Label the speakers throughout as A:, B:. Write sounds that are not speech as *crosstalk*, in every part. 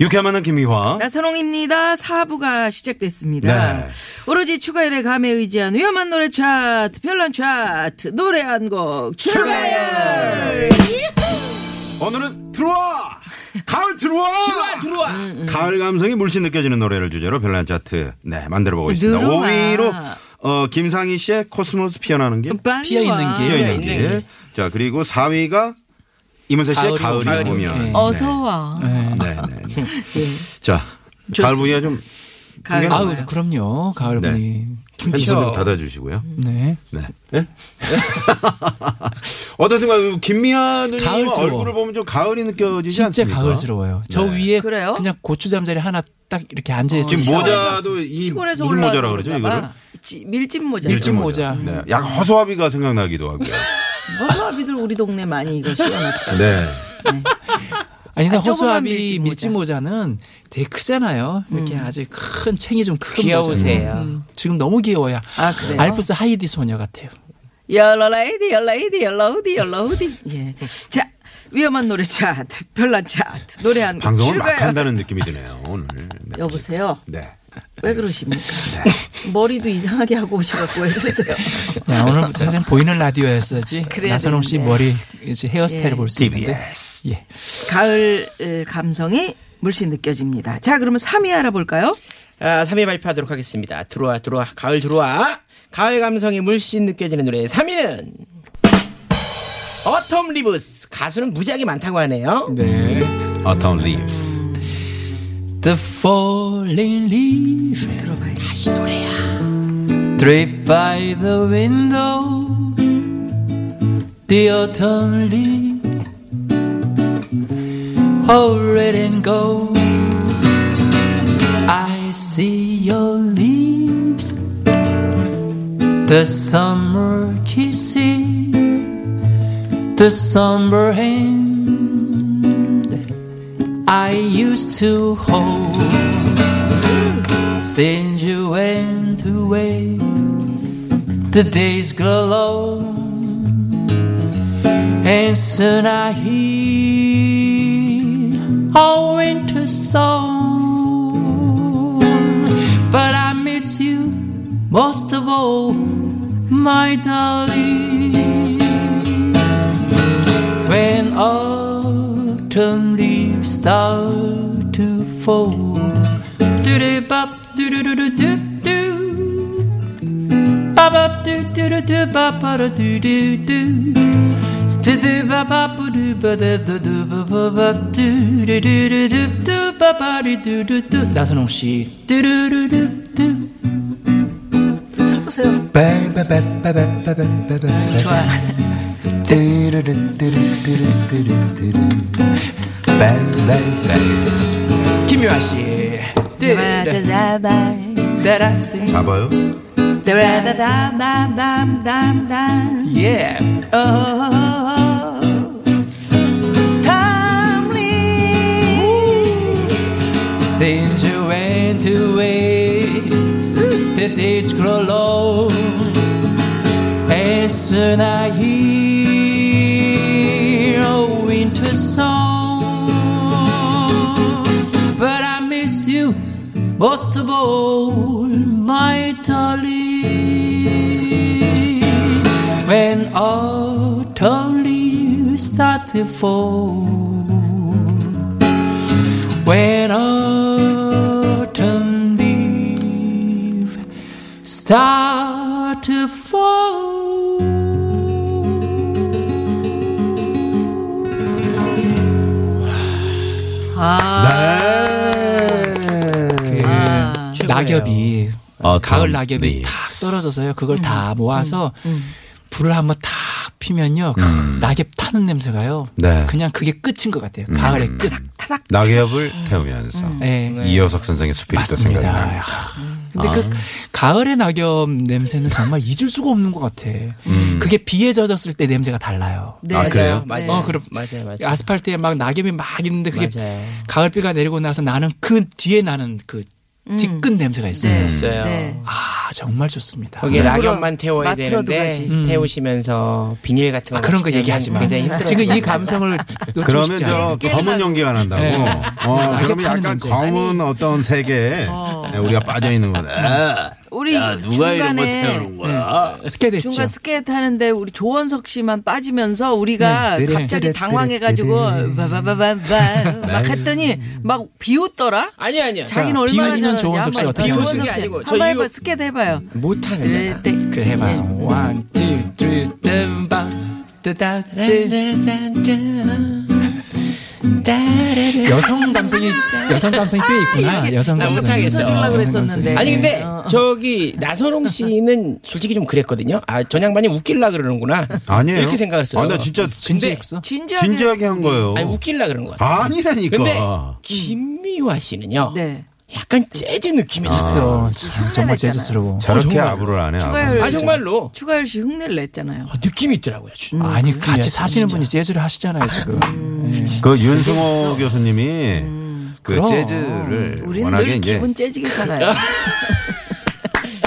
A: 유쾌만한 김미화.
B: 네? 나선홍입니다. 사부가 시작됐습니다.
A: 네.
B: 오로지 추가열의 감에 의지한 위험한 노래 차트, 별난 차트, 노래 한 곡 추가열.
A: 오늘은 들어와! 가을 들어와! 들어와, 들어와! 가을 감성이 물씬 느껴지는 노래를 주제로 별난 차트, 네, 만들어보고 있습니다.
B: 들어와.
A: 5위로, 어, 김상희 씨의 코스모스 피어나는 길.
B: 피어 있는
A: 피어 있는 길. 자, 그리고 4위가 이문세 씨의 가을이,
C: 가을이
A: 오면.
C: 오면.
A: 네.
B: 어서 와.
C: 아,
A: 네, 네. 자, 가을 분위기가 좀
B: 가을
A: 아우,
C: 아우
B: 와요.
C: 그럼요 가을
A: 네.
C: 분이
A: 핸드폰으로 닫아주시고요.
C: 네
A: 네. 네? *laughs* 어떻습니까? 김미아는
C: 가을스러워.
A: 얼굴을 보면 좀 가을이 느껴지지
C: 진짜
A: 않습니까?
C: 가을스러워요 저
A: 네.
C: 위에
B: 그래요?
C: 그냥 고추 잠자리 하나 딱 이렇게 앉아 있어
A: 지금 모자도 이
B: 시골에서
A: 무슨
B: 올라와서
A: 모자라 그러죠
B: 그런가
A: 이거를?
B: 봐. 지- 밀짚 모자.
C: 밀짚 모자.
A: 네, 약간 허수아비가 생각나기도 하고요.
B: 허수아비들 우리 동네
A: *laughs*
B: 많이 이거 씌워놨다.
A: 네.
C: 아니 근데
B: 아, 조그만
C: 허수아비
B: 밀짚
C: 밀짚 모자는 되게 크잖아요
B: 음.
C: 이렇게 아주 큰 챙이 좀 큰
D: 귀여우세요.
C: 모자 지금 너무 귀여워요
B: 아, 그래요?
C: 알프스 하이디 소녀 같아요
B: 옐로 레이디, 옐로 레이디, 옐로 우디, 옐로 우디. 예. 자, 위험한 노래 차트, 별난 차트, 노래 한 곡
A: 방송을 막
B: 추가열.
A: 한다는 느낌이 드네요 오늘. 네.
B: 여보세요.
A: 네.
B: 왜 그러십니까? 머리도 이상하게 하고 오셔갖고 왜 그러세요?
C: 야, 네, 오늘 사실 보이는 라디오였어야지
B: *laughs* 그래야
C: 나선홍 씨
B: 되는데.
C: 머리 이제 헤어스타일을
B: 예.
C: 볼 수 있는데 예.
B: 가을 에, 감성이 물씬 느껴집니다. 자, 그러면 3위 알아볼까요?
D: 아, 3위 발표하도록 하겠습니다. 들어와, 들어와, 가을 들어와. 가을 감성이 물씬 느껴지는 노래 3위는 어텀 리브스. 가수는 무지하게 많다고 하네요.
C: 네.
A: Autumn Leaves.
C: The falling leaves
B: 들어봐야지.
D: 이 노래야.
C: Draped by the window, the autumn leaves, all red and gold. I see your leaves, the summer kisses, the summer hand I used to hold. Since you went away, the days grow long, and soon I hear a winter song. But I miss you most of all, my darling. When autumn leaves start to fall, do do bop do do do do do do, bop bop do do do do bop bop do do do do, do do bop bop do ba da do do ba ba ba do do do do do do ba ba do do do do 나선홍 씨 do do do do do
B: 보세요.
E: 좋아.
B: 좋아.
C: 김유아 씨 뚜루루,
B: 드라다다다,
C: 따라뚜.
A: 잡아요?
B: 드라다다담담담담.
C: yeah
B: 어, 탐리.
C: Since you went away, the days grow long. And soon I hear a winter song. But I miss you most of all, my darling. When autumn leaves start to fall. When autumn leaves start to fall.
A: 네.
C: 아, 낙엽이
A: Autumn
C: 가을 낙엽이
A: leaves. 음,
C: 탁 떨어져서요. 그걸 다 모아서 불을 한번 탁 피면요 낙엽 타는 냄새가요.
A: 네. 음.
C: 그냥 그게 끝인 것 같아요. 가을의 끝.
B: 타닥.
A: 낙엽을 태우면서
C: 예.
A: 이효석 선생의 숲이 또 생각이 아.
C: 맞습니다.
A: 납니다.
C: 야, 근데 그 가을의 낙엽 냄새는 정말 잊을 수가 없는 것 같아.
A: 음.
C: 그게 비에 젖었을 때 냄새가 달라요.
B: 네.
A: 아, 그래요?
D: 맞아요.
C: 어, 그럼
D: 맞아요, 맞아요.
C: 아스팔트에 막 낙엽이 막 있는데 그게
D: 맞아요.
C: 가을비가 내리고 나서 나는 그 뒤에 나는 그 뒤끝 냄새가 있어요.
B: 네.
D: 있어요.
B: 네.
C: 아 정말 좋습니다.
D: 거기에
B: 일부러
D: 낙엽만 태워야
B: 마트로
D: 되는데
B: 누가지.
C: 음.
D: 태우시면서 비닐 같은 거
C: 아, 그런 거
D: 같이
C: 얘기하지 마.
D: 태우면 굉장히 힘들어요.
C: 지금 이
D: *laughs*
C: 감성을 놓치고
A: 그러면
C: 싶지
A: 저
C: 않아요.
A: 검은 연기가 난다고.
C: 네.
A: 어,
C: 낙엽
A: 그러면 약간
C: 타는 냄새.
A: 검은 어떤 세계에 네, 우리가 빠져 있는 거다.
B: 우리
F: 야, 누가 이런 거
B: 중간에
F: 태우는 거야?
C: 스케댔죠.
B: 중간 스케트 하는데 우리 조원석 씨만 빠지면서 우리가
C: 네.
B: 갑자기 당황해가지고
A: 네,
B: 바바바바바 막 했더니 막 비웃더라.
D: 아니 아니요.
B: 자기는
C: 자,
B: 얼마나
C: 비웃는
B: 잘하는지
C: 조원석 씨
B: 한번
C: 어떤
B: 해봐.
D: 비웃는 게
B: 조원석 씨.
D: 아니고 저
B: 한번
D: 이거-
B: 해봐 스케트 해봐요. 네,
D: 못하는 데.
B: 그때
C: 그
D: 네.
C: 해봐요. One, two, three, then ba, da, da,
D: 네,
C: da. 여성 감성이 여성 감성이 꽤 있구나. 여성
D: 네. 나
C: 감성.
D: 못하겠어.
B: 네. 웃어주려고
C: 여성 감성이.
B: 그랬었는데.
D: 아니 근데
B: 어.
D: 저기 나선홍 씨는 *laughs* 솔직히 좀 그랬거든요. 아, 전 양반이 웃길라 그러는구나.
A: 아니에요.
D: 이렇게 생각했어요.
A: 아, 나 진짜 어.
C: 진짜 없어?
B: 진지하게.
A: 진지하게 한 거예요.
D: 아니 웃길라 그런 것 같아요.
A: 아니라니까. 음.
D: 근데 김미화 씨는요.
B: 네.
D: 약간 재즈 느낌이 있어.
C: 있어. 참, 정말 아,
A: 아,
C: 재즈스러워.
D: 어,
A: 저렇게 아부를 안 해. 아부. 뭐.
B: 추가열
D: 아 정말로
B: 추가열 씨 흉내를 냈잖아요.
D: 아, 느낌이 있더라고요. 진짜.
C: 아니 같이 사시는 분이 재즈를 하시잖아요 지금. 예.
A: 그 윤승호 교수님이 그
C: 그럼.
A: 재즈를
B: 음, 우리는
A: 워낙에
B: 늘
A: 이제
B: 기분 째지게 살아요.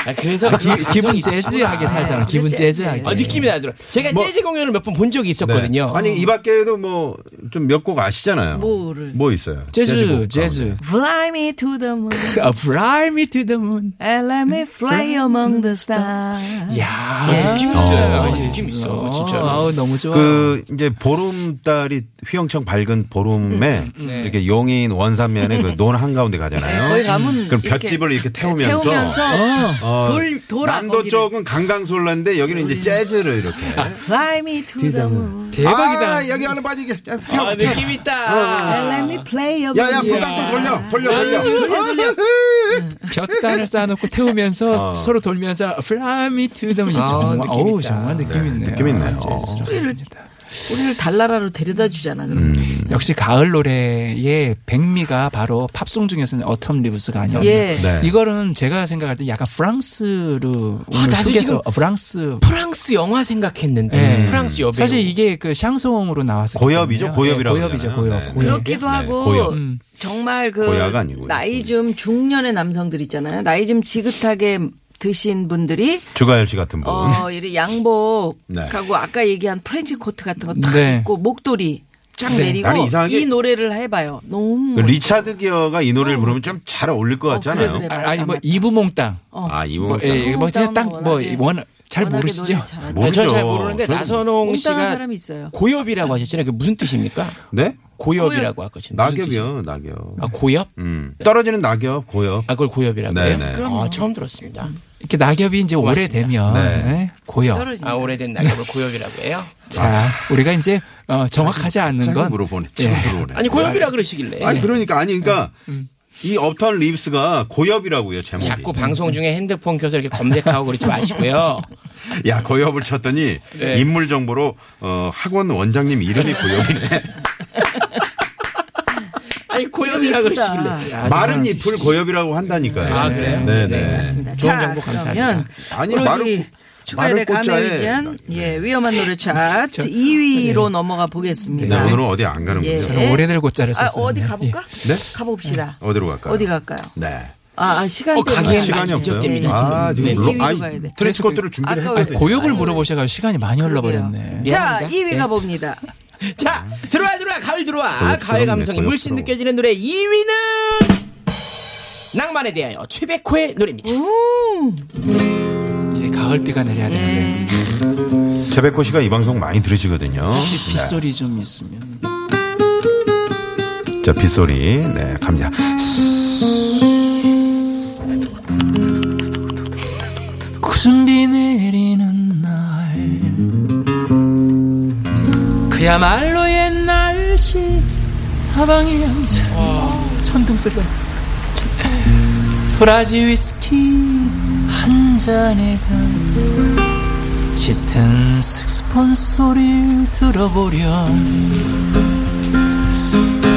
D: 아, 그래서 그
C: 기- 기분
D: 감성이 있었구나.
C: 재즈하게 살잖아. 기분
B: 재즈.
C: 재즈하게.
D: 아, 느낌이 나더라. 제가
A: 뭐-
D: 재즈 공연을 몇 번 본 적이
A: 네.
D: 있었거든요.
A: 아니 이 밖에도 뭐 좀 몇 곡 아시잖아요.
B: 뭐를?
A: 뭐 있어요?
C: 재즈,
A: 재즈곡
C: 재즈.
A: 가운데.
B: Fly me to the moon
C: 아, Fly me to the moon.
B: and let me fly among the stars.
C: 야,
D: 아, 느낌 있어요. 느낌 예. 있어, 진짜로.
C: 아우 너무 좋아.
A: 그 이제 보름달이 휘영청 밝은
B: 음,
A: 보름에 이렇게 용인 원산면에 그 논 한가운데 가잖아요.
B: 네. 거기 가면
A: 그럼
B: 이렇게
A: 볏짚을 이렇게 태우면서,
B: 태우면서
A: 어,
B: 돌, 돌
A: 남도
B: 앞머리를. 아,
A: 쪽은 강강술라인데 여기는 이제 재즈를 이렇게
B: Fly me to the moon
C: 대박이다.
A: 아, 여기 하나 빠지게. 야, 펴, 펴.
D: 아, 느낌 있다.
C: 아.
B: and let me play among
A: 아. 야, 야,
B: the
A: 불닭도 아, 돌려, 돌려,
B: 네.
A: 돌려.
C: 벽단을 쌓아놓고 태우면서 서로 돌면서 Fly me to the moon.
D: 아,
C: 정말,
D: 느낌
C: 어우
D: 있다.
C: 정말 느낌
A: 네,
C: 있네요.
A: 느낌 있네요.
C: 아, 재즈스럽습니다.
B: 우리를 달나라로 데려다 주잖아. 그럼.
A: 음,
C: 역시 가을 노래의 백미가 바로 팝송 중에서는 어텀 리브스가 아니었나.
B: 예.
A: 네.
C: 이거는 제가 생각할 때 약간 프랑스로 오늘
D: 나도
C: 휴게소
D: 지금
C: 어, 프랑스
D: 프랑스 영화 생각했는데
C: 예.
D: 프랑스 여배우.
C: 사실 이게 그 샹송으로 나왔을
A: 고엽이죠?
C: 때거든요.
A: 고엽이라고
C: 예, 고엽이죠
A: 하잖아요.
C: 고엽.
A: 네.
C: 고엽.
B: 그렇기도
A: 네,
B: 하고
A: 고요.
B: 음. 정말 그
A: 고야가 아니고요. 음.
B: 나이 좀 중년의 남성들 있잖아요. 나이 좀 지긋하게 드신 분들이
A: 주가열 씨 같은 분.
B: 어, *laughs* 이래 양복하고
A: 음. 네.
B: 아까 얘기한 프렌치 코트 같은 거탁
C: 네.
B: 입고 목도리 쫙 내리고
A: 나는 네. 이상하게
B: 이 노래를 해봐요. 너무
A: 그 리차드 기어가 이 노래를 부르면 좀 잘 어울릴 것 같지
B: 음. 어, 그래,
A: 않아요?
B: 그래.
C: 아, 아니 뭐 이브몽땅.
B: 어.
A: 아, 이분.
C: 뭐, 예, 예, 뭐 진짜
B: 워낙에-
C: 땅뭐원잘
B: 워낙에
C: 모르시죠?
B: 노래 잘하죠.
A: 모르죠.
D: 전잘 모르는데
A: 저는-
D: 나선홍
B: 옹당한
D: 씨가
B: 사람이 있어요.
D: 고엽이라고 하셨잖아요. 그 무슨 뜻입니까?
A: 네?
D: 고엽이라고 하거든요. 무슨 뜻이에요?
A: 낙엽이요, 낙엽.
D: 아 고엽?
A: 음. 떨어지는 낙엽, 고엽.
D: 아 그걸 고엽이라고
A: 네,
D: 해요?
A: 네.
D: 아 처음 들었습니다.
C: 이렇게 낙엽이 이제 오래되면
A: 네.
C: 예, 고요.
B: 떨어지니까.
D: 아 오래된 낙엽을 고엽이라고 해요?
C: 자, 우리가 이제 어, 정확하지 않는 건
A: 아. 물어보네.
C: 예.
A: 치고 들어오네.
D: 아니 고엽이라 그러시길래
B: 예.
A: 아니, 그러니까, 아니, 그러니까, 이 업턴 립스가 고엽이라고요, 제목이.
D: 자꾸 방송 중에 핸드폰 켜서 이렇게 검색하고 그러지 마시고요.
A: 야, 고엽을 쳤더니,
D: 네.
A: 인물 정보로, 어, 학원 원장님 이름이
D: *laughs*
A: 고엽이네.
D: 아니 고엽이라 그러시길래.
C: 아, 정말.
A: 마른 잎을 고엽이라고 한다니까요.
D: 아 그래요?
A: 네,
D: 네,
A: 네.
D: 맞습니다. 좋은
B: 자,
D: 정보
B: 그러면
D: 감사합니다.
A: 아니,
B: 오로지
A: 마른-
B: 추가열의
A: 마른
B: 감에
A: 꽃자에- 네.
B: 의지한 예,
A: *laughs*
B: 위험한 노래 차트 2위로 넘어가 보겠습니다.
D: 아.
A: 네, 오늘은 어디 안 가는군요.
B: 예.
C: 오래될 곳자를
B: 아,
C: 썼어요.
B: 어디 가볼까?
A: 네?
B: 가봅시다.
A: 어디로 갈까요?
B: 어디 갈까요?
A: 네.
B: 아, 아, 시간
D: 어, 가기엔
B: 때문에.
A: 시간이
D: 많이
A: 없어요.
D: 늦었답니다,
A: 아, 지금
D: 지금. 네,
A: 로-
B: 이위로
A: 아니,
B: 가야 돼.
A: 트렌치코트를
D: 그-
A: 준비를
B: 아까
A: 해야
B: 왜-
A: 돼.
C: 예. 고역을 물어보셔가 시간이 많이 흘러버렸네.
B: 자,
D: 미안합니다.
B: 2위
D: 네.
B: 가봅니다.
D: 자 들어와 들어와 가을 들어와
A: 그렇죠. 고역스럽네,
D: 가을 감성이
A: 고역스러워.
D: 물씬 느껴지는 노래 2위는 낭만에 대하여 최백호의 노래입니다.
C: 예, 가을비가 내려야 되는데
B: 예.
A: 최백호 씨가 이 방송 많이 들으시거든요. 네.
C: 혹시 아, 빗소리 좀 있으면
A: 자, 빗소리. 네, 갑니다.
C: 구슨 비 내리는 날 그야말로 옛날 시 사방이 얌전 천둥 소리가 도라지 위스키 한 잔에다 짙은 색소폰 소리를 들어보렴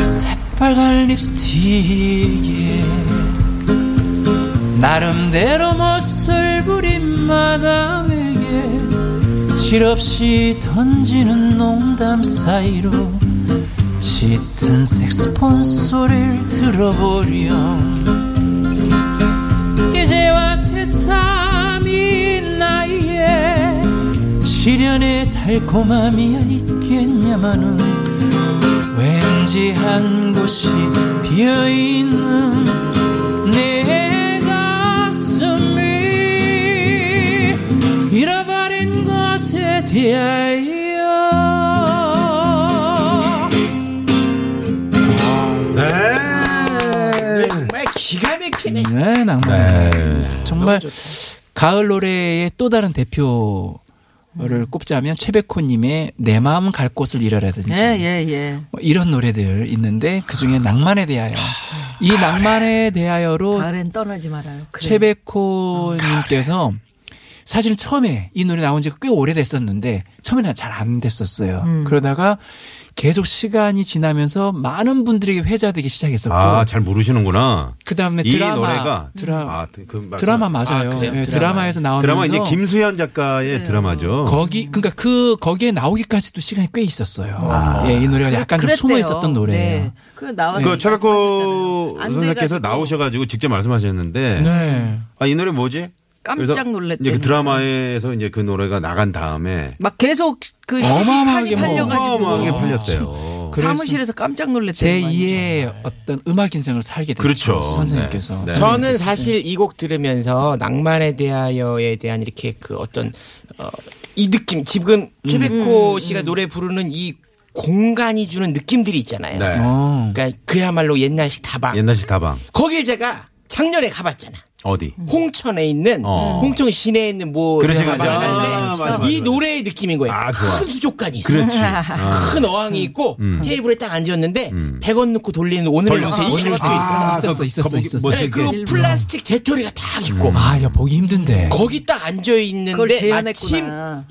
C: 새빨간 립스틱에 나름대로 멋을 부린 마담에게 실없이 던지는 농담 사이로 짙은 색소폰 소리를 들어보렴 이제와 새삼이 나이에 시련의 달콤함이 있겠냐마는 왠지 한 곳이 비어있는 내 가슴이 잃어버린 것에 대하여
A: 네.
D: 정말 기가 막히네.
C: 네, 낭만.
A: 네.
C: 정말 가을 노래의 또 다른 대표를 꼽자면 최백호님의 내 마음 갈 곳을 잃어라든지
B: 예, 예.
C: 뭐 이런 노래들 있는데 그 중에 낭만에 대하여 이
B: 아,
C: 낭만에 대하여로
B: 가을엔 떠나지 말아요. 아, 네. 그래.
C: 최백호님께서 사실 처음에 이 노래 나온 지가 꽤 오래됐었는데 처음에는 잘 안 됐었어요.
B: 음.
C: 그러다가 계속 시간이 지나면서 많은 분들에게 회자되기 시작했었고
A: 아, 잘 모르시는구나.
C: 그 다음에
A: 이
C: 드라마
A: 노래가
C: 드라,
A: 아, 그 말씀-
C: 드라마 맞아요.
D: 그래요?
C: 예, 드라마. 에서 나오면서
A: 드라마 이제 김수현
B: 네.
A: 작가의 드라마죠.
C: 거기 그러니까 그 거기에 나오기까지도 시간이 꽤 있었어요.
A: 아.
C: 예, 이 노래가 약간 좀
B: 그랬대요.
C: 숨어 있었던 노래예요.
B: 네. 그 나와서
A: 그 최백호
B: 말씀하셨잖아요. 안
A: 선생님께서
B: 돼가지고
A: 나오셔가지고 직접 말씀하셨는데,
C: 네.
A: 아, 이 노래 뭐지?
B: 깜짝
A: 그래서
B: 놀랬대요.
A: 이제 그 드라마에서 이제 그 노래가 나간 다음에
B: 막 계속 그
C: 어마어마하게
B: 시판이 팔려가지고
C: 뭐
A: 어마어마하게
C: 아,
A: 팔렸대요.
C: 그래서
B: 사무실에서 깜짝 놀랬대요.
C: 제 2의 어떤 음악 인생을 살게 됐죠.
A: 그렇죠.
C: 선생님께서.
A: 네. 네.
D: 저는 사실 이 곡 들으면서 낭만에 대하여에 대한 이렇게 그 어떤 어, 이 느낌 지금
A: 음.
D: 최백호 씨가 노래 부르는 이 공간이 주는 느낌들이 있잖아요.
A: 네.
C: 어.
D: 그러니까 그야말로 옛날식 다방.
A: 옛날식 다방.
D: 거길 제가 작년에 가봤잖아.
A: 어디?
D: 홍천에 있는
A: 어.
D: 홍천 시내에 있는 뭐
A: 그렇지,
D: 가방
A: 그렇지. 아,
D: 하는데
A: 맞아, 맞아, 맞아.
D: 이 노래의 느낌인 거예요.
A: 아, 좋아.
D: 큰 수족관이 있어.
A: 그렇지. 아. 음.
D: 큰 어항이 있고 테이블에 딱 앉았는데 100원 넣고 돌리는 오늘의
A: 돌려-
D: 요새
A: 아,
D: 이게
A: 오늘의
D: 것도
A: 요새.
D: 있어.
C: 아,
A: 아,
C: 있었어,
A: 거-
C: 있었어,
A: 거북이- 음.
C: 있었어.
A: 뭐
D: 네, 그리고
B: 일부러.
D: 플라스틱 재떨이가 딱 있고
C: 아, 야, 보기 힘든데.
D: 거기 딱 앉아
B: 네. 그걸
D: 있는데
B: 재현했구나.
D: 마침 이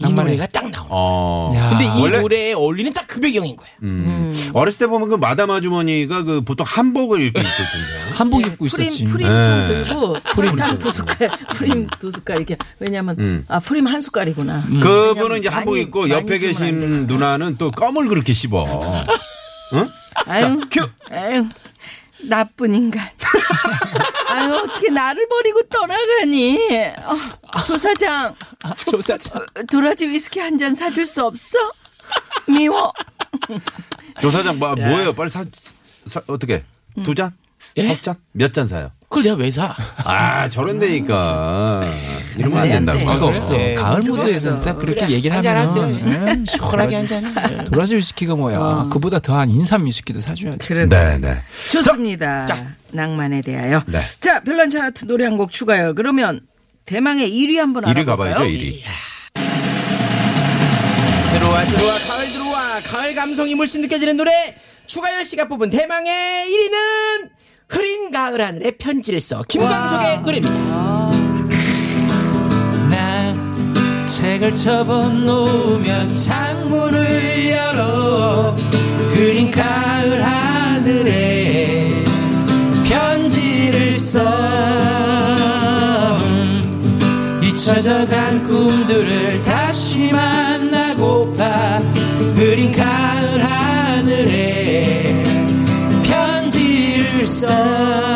C: 낭만의-
D: 노래가 딱 나오는. 거야.
A: 어.
C: 야.
D: 근데 이
A: 원래-
D: 노래에 어울리는 딱 그 배경인 거야.
A: 음. 어렸을 때 보면 그 마담 아주머니가 그 보통 한복을 입고 있거든요.
C: 한복 입고 있었지.
B: 프림
C: 음.
B: 프림
A: 네.
B: 통 들고 프림 두 숟갈 프림 두 숟갈 이게 왜냐면
A: 음.
B: 아 프림 한 숟갈이구나.
C: 음.
A: 그분은
B: 왜냐면
A: 이제 한복
B: 많이-
A: 입고
B: 많이
A: 옆에
B: 주면 안
A: 계신 누나는 또 껌을 그렇게
B: *laughs*
A: 씹어.
B: 아유, 아유, 나쁜 인간.
A: *laughs*
B: 아유, 어떻게 나를 버리고 떠나가니? 어, 조사장,
D: 아,
C: 조사장.
B: 도라지 위스키 한 잔 사줄 수 없어? 미워.
A: 조사장 뭐,
B: 네.
A: 뭐예요? 빨리 사, 사 어떻게?
B: 음.
A: 두 잔?
D: 예?
A: 석 잔? 몇 잔 사요?
D: 그걸 내가 왜 사?
A: 아 저런 데니까
B: 음.
A: 이러면 안 된다고.
C: 뭐가 없어.
A: 아,
D: 예.
C: 가을 무드에서는 딱 그렇게 얘기를 네.
D: 한잔 하세요. 음,
C: 하면
D: 시원하게 한 잔.
C: 도라지 위스키가 뭐야. 그보다 더한 인삼 위스키도 사줘야지.
B: 그래.
A: 네네.
B: 좋습니다. 낭만에 대하여.
A: 네.
B: 자, 별난 차트 노래 한 곡 추가요. 그러면 대망의 1위 한번
A: 이리
B: 알아볼까요?
A: 가봐야죠 이리.
D: 들어와 들어와 가을 들어와 가을 감성이 물씬 느껴지는 노래 추가열 씨가 뽑은 대망의 1위는 흐린 가을 하늘에 편지를 써 김광석의 노래입니다.
C: 나 책을 접어놓으면
D: 창문을 열어 흐린 가을 하늘에 편지를 써 잊혀져간 꿈들을 다시 만나고파 흐린 가을 하늘에 편지를 써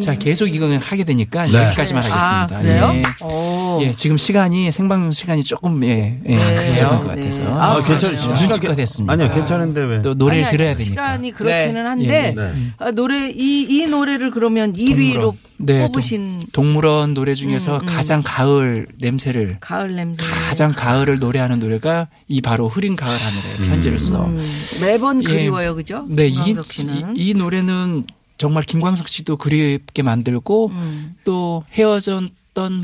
C: 자 계속 이거 하게 되니까 여기까지만
B: 아,
C: 하겠습니다.
B: 그래요? 어. 오.
C: 예. 예, 지금 시간이 생방송 시간이 조금 예, 예, 부족한 것 같아서
B: 네.
A: 아,
B: 아,
A: 괜찮
C: 시간
A: 시간
C: 축가 됐습니다.
A: 아니야 괜찮은데 왜?
C: 또 노래를
B: 아니,
C: 들어야
B: 아니,
C: 되니까. 예,
B: 시간이 그렇기는
D: 네.
B: 한데
A: 네.
B: 아, 노래 이, 이 노래를 그러면 1위로
C: 네,
B: 뽑으신 음,
C: 동- 동물원 노래 중에서 가장 가을 냄새를
B: 가을 냄새.
C: 가장 가을을 노래하는 노래가 이 바로 흐린 가을 하늘에 편지를 써.
B: 매번
C: 예.
B: 그리워요, 그죠?
C: 네, 이,
B: 음. 김광석 씨는.
C: 이, 이 노래는 정말
B: 음.
C: 김광석 씨도 그립게 만들고 또 헤어졌던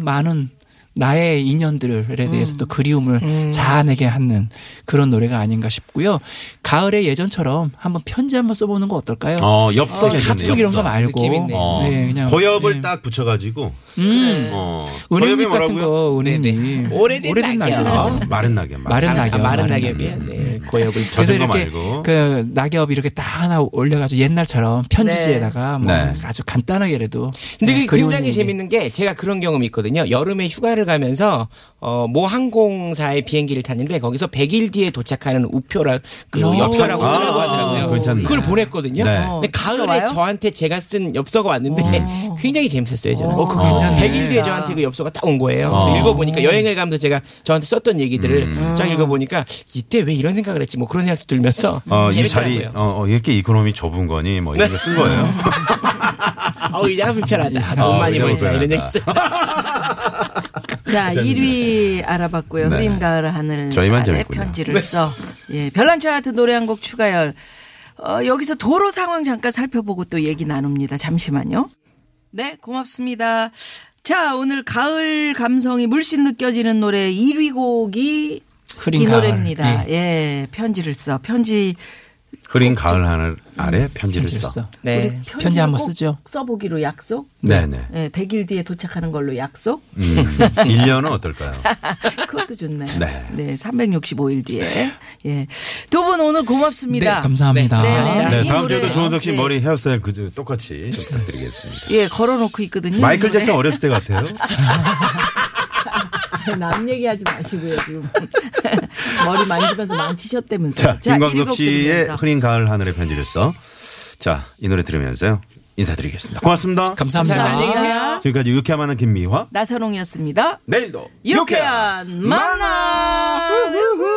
C: 많은 나의 인연들에 대해서
B: 음.
C: 또 그리움을 자아내게 하는 그런 노래가 아닌가 싶고요. 가을에 예전처럼 한번 편지 한번 써보는 거 어떨까요?
A: 어, 엽서 괜찮네요.
C: 아, 카톡 이런 거
A: 엽서.
C: 말고
D: 느낌 있네.
A: 어.
C: 네, 그냥
A: 고엽을
C: 네.
A: 딱 붙여가지고
C: 음.
A: 어. 고엽이
C: 은행잎 같은
A: 뭐라고요? 아,
C: 거 은행잎
D: 오래된 낙엽.
C: 낙엽.
A: 마른 낙엽.
C: 마른 낙엽.
D: 아,
C: 마른
D: 마른 낙엽이야. 네. 고역을
C: 그래서
A: 젖은 거
C: 이렇게
A: 말고.
C: 그 낙엽 이렇게 딱 하나 올려가지고 옛날처럼 편지지에다가 뭐
A: 네.
C: 아주 간단하게라도
D: 근데
C: 네,
D: 그게
C: 그리운
D: 굉장히
C: 얘기.
D: 재밌는 게 제가 그런 경험이 있거든요. 여름에 휴가를 가면서 어, 모 항공사의 비행기를 탔는데 거기서 100일 뒤에 도착하는 우표라 그
C: 오.
D: 엽서라고 쓰라고
A: 아,
D: 하더라고요.
A: 괜찮네.
D: 그걸 보냈거든요.
A: 네.
D: 근데
B: 진짜
D: 가을에
B: 와요?
D: 저한테 제가 쓴 엽서가 왔는데
A: 어.
D: *laughs* 굉장히 재밌었어요. 저는.
C: 어, 그거 괜찮네.
D: 100일 뒤에 저한테 그 엽서가 딱 온 거예요. 그래서
A: 아. 어. 음.
D: 읽어보니까 여행을 가면서 제가 저한테 썼던 얘기들을 쫙 읽어보니까 이때 왜 이런 생각을 했지 뭐 그런 생각도 들면서
A: 어, 이 자리
D: 재밌더라고요.
A: 어, 어, 이렇게 이코노미 좁은 거니 뭐 이런 거쓴 거예요.
D: 아우 이자가 불편하다.
A: 어,
D: 돈 많이
A: 의자가
D: 벌자 이런 얘기
A: 불편하다.
D: 쓰
B: 자,
A: *laughs* 괜찮네요.
B: 1위 알아봤고요.
A: 네.
B: 흐린 가을 하늘
A: 저희만
B: 아래
A: 재밌군요. 네.
B: 편지를 써. 예, 별난 차트 노래 한 곡 추가열. 어, 여기서 도로 상황 잠깐 살펴보고 또 얘기 나눕니다. 잠시만요. 네, 고맙습니다. 자, 오늘 가을 감성이 물씬 느껴지는 노래 1위 곡이
C: 흐린
B: 이
C: 가을.
B: 노래입니다. 예, 편지를 써. 편지
A: 흐린 가을 하늘 아래 편지를
C: 편지를
A: 써.
C: 써.
B: 우리
D: 네.
B: 편지를
C: 편지 한번
B: 꼭
C: 쓰죠.
B: 써보기로 약속.
A: 네네.
B: 예, 100일 뒤에 도착하는 걸로 약속.
A: 음. 1년은 어떨까요?
B: *laughs* 그것도 좋네요.
A: 네.
B: 네. 365일 뒤에. 예. 두 분 오늘 고맙습니다.
C: 네, 감사합니다.
B: 네, 네, 네.
A: 네,
B: 이
A: 다음
B: 노래.
A: 주에도 조은석 씨
B: 네.
A: 머리 헤어스타일 그 똑같이 좀 부탁드리겠습니다.
B: 예, 걸어놓고 있거든요. 네.
A: 마이클
B: 이 노래.
A: 잭슨 어렸을 때 같아요.
B: *laughs* 남 얘기하지 마시고요, 지금. *laughs* 머리 만지면서 망치셨다면서.
A: 자,
B: 일곱
A: 김광석 씨의
B: 들으면서.
A: 흐린 가을 하늘의 편지를 써. 자, 이 노래 들으면서요. 인사드리겠습니다. 고맙습니다.
C: 감사합니다.
D: 감사합니다. 안녕히 계세요.
A: 지금까지 유쾌한 만한 김미화.
B: 나선홍이었습니다.
A: 내일도
B: 유쾌한 만남!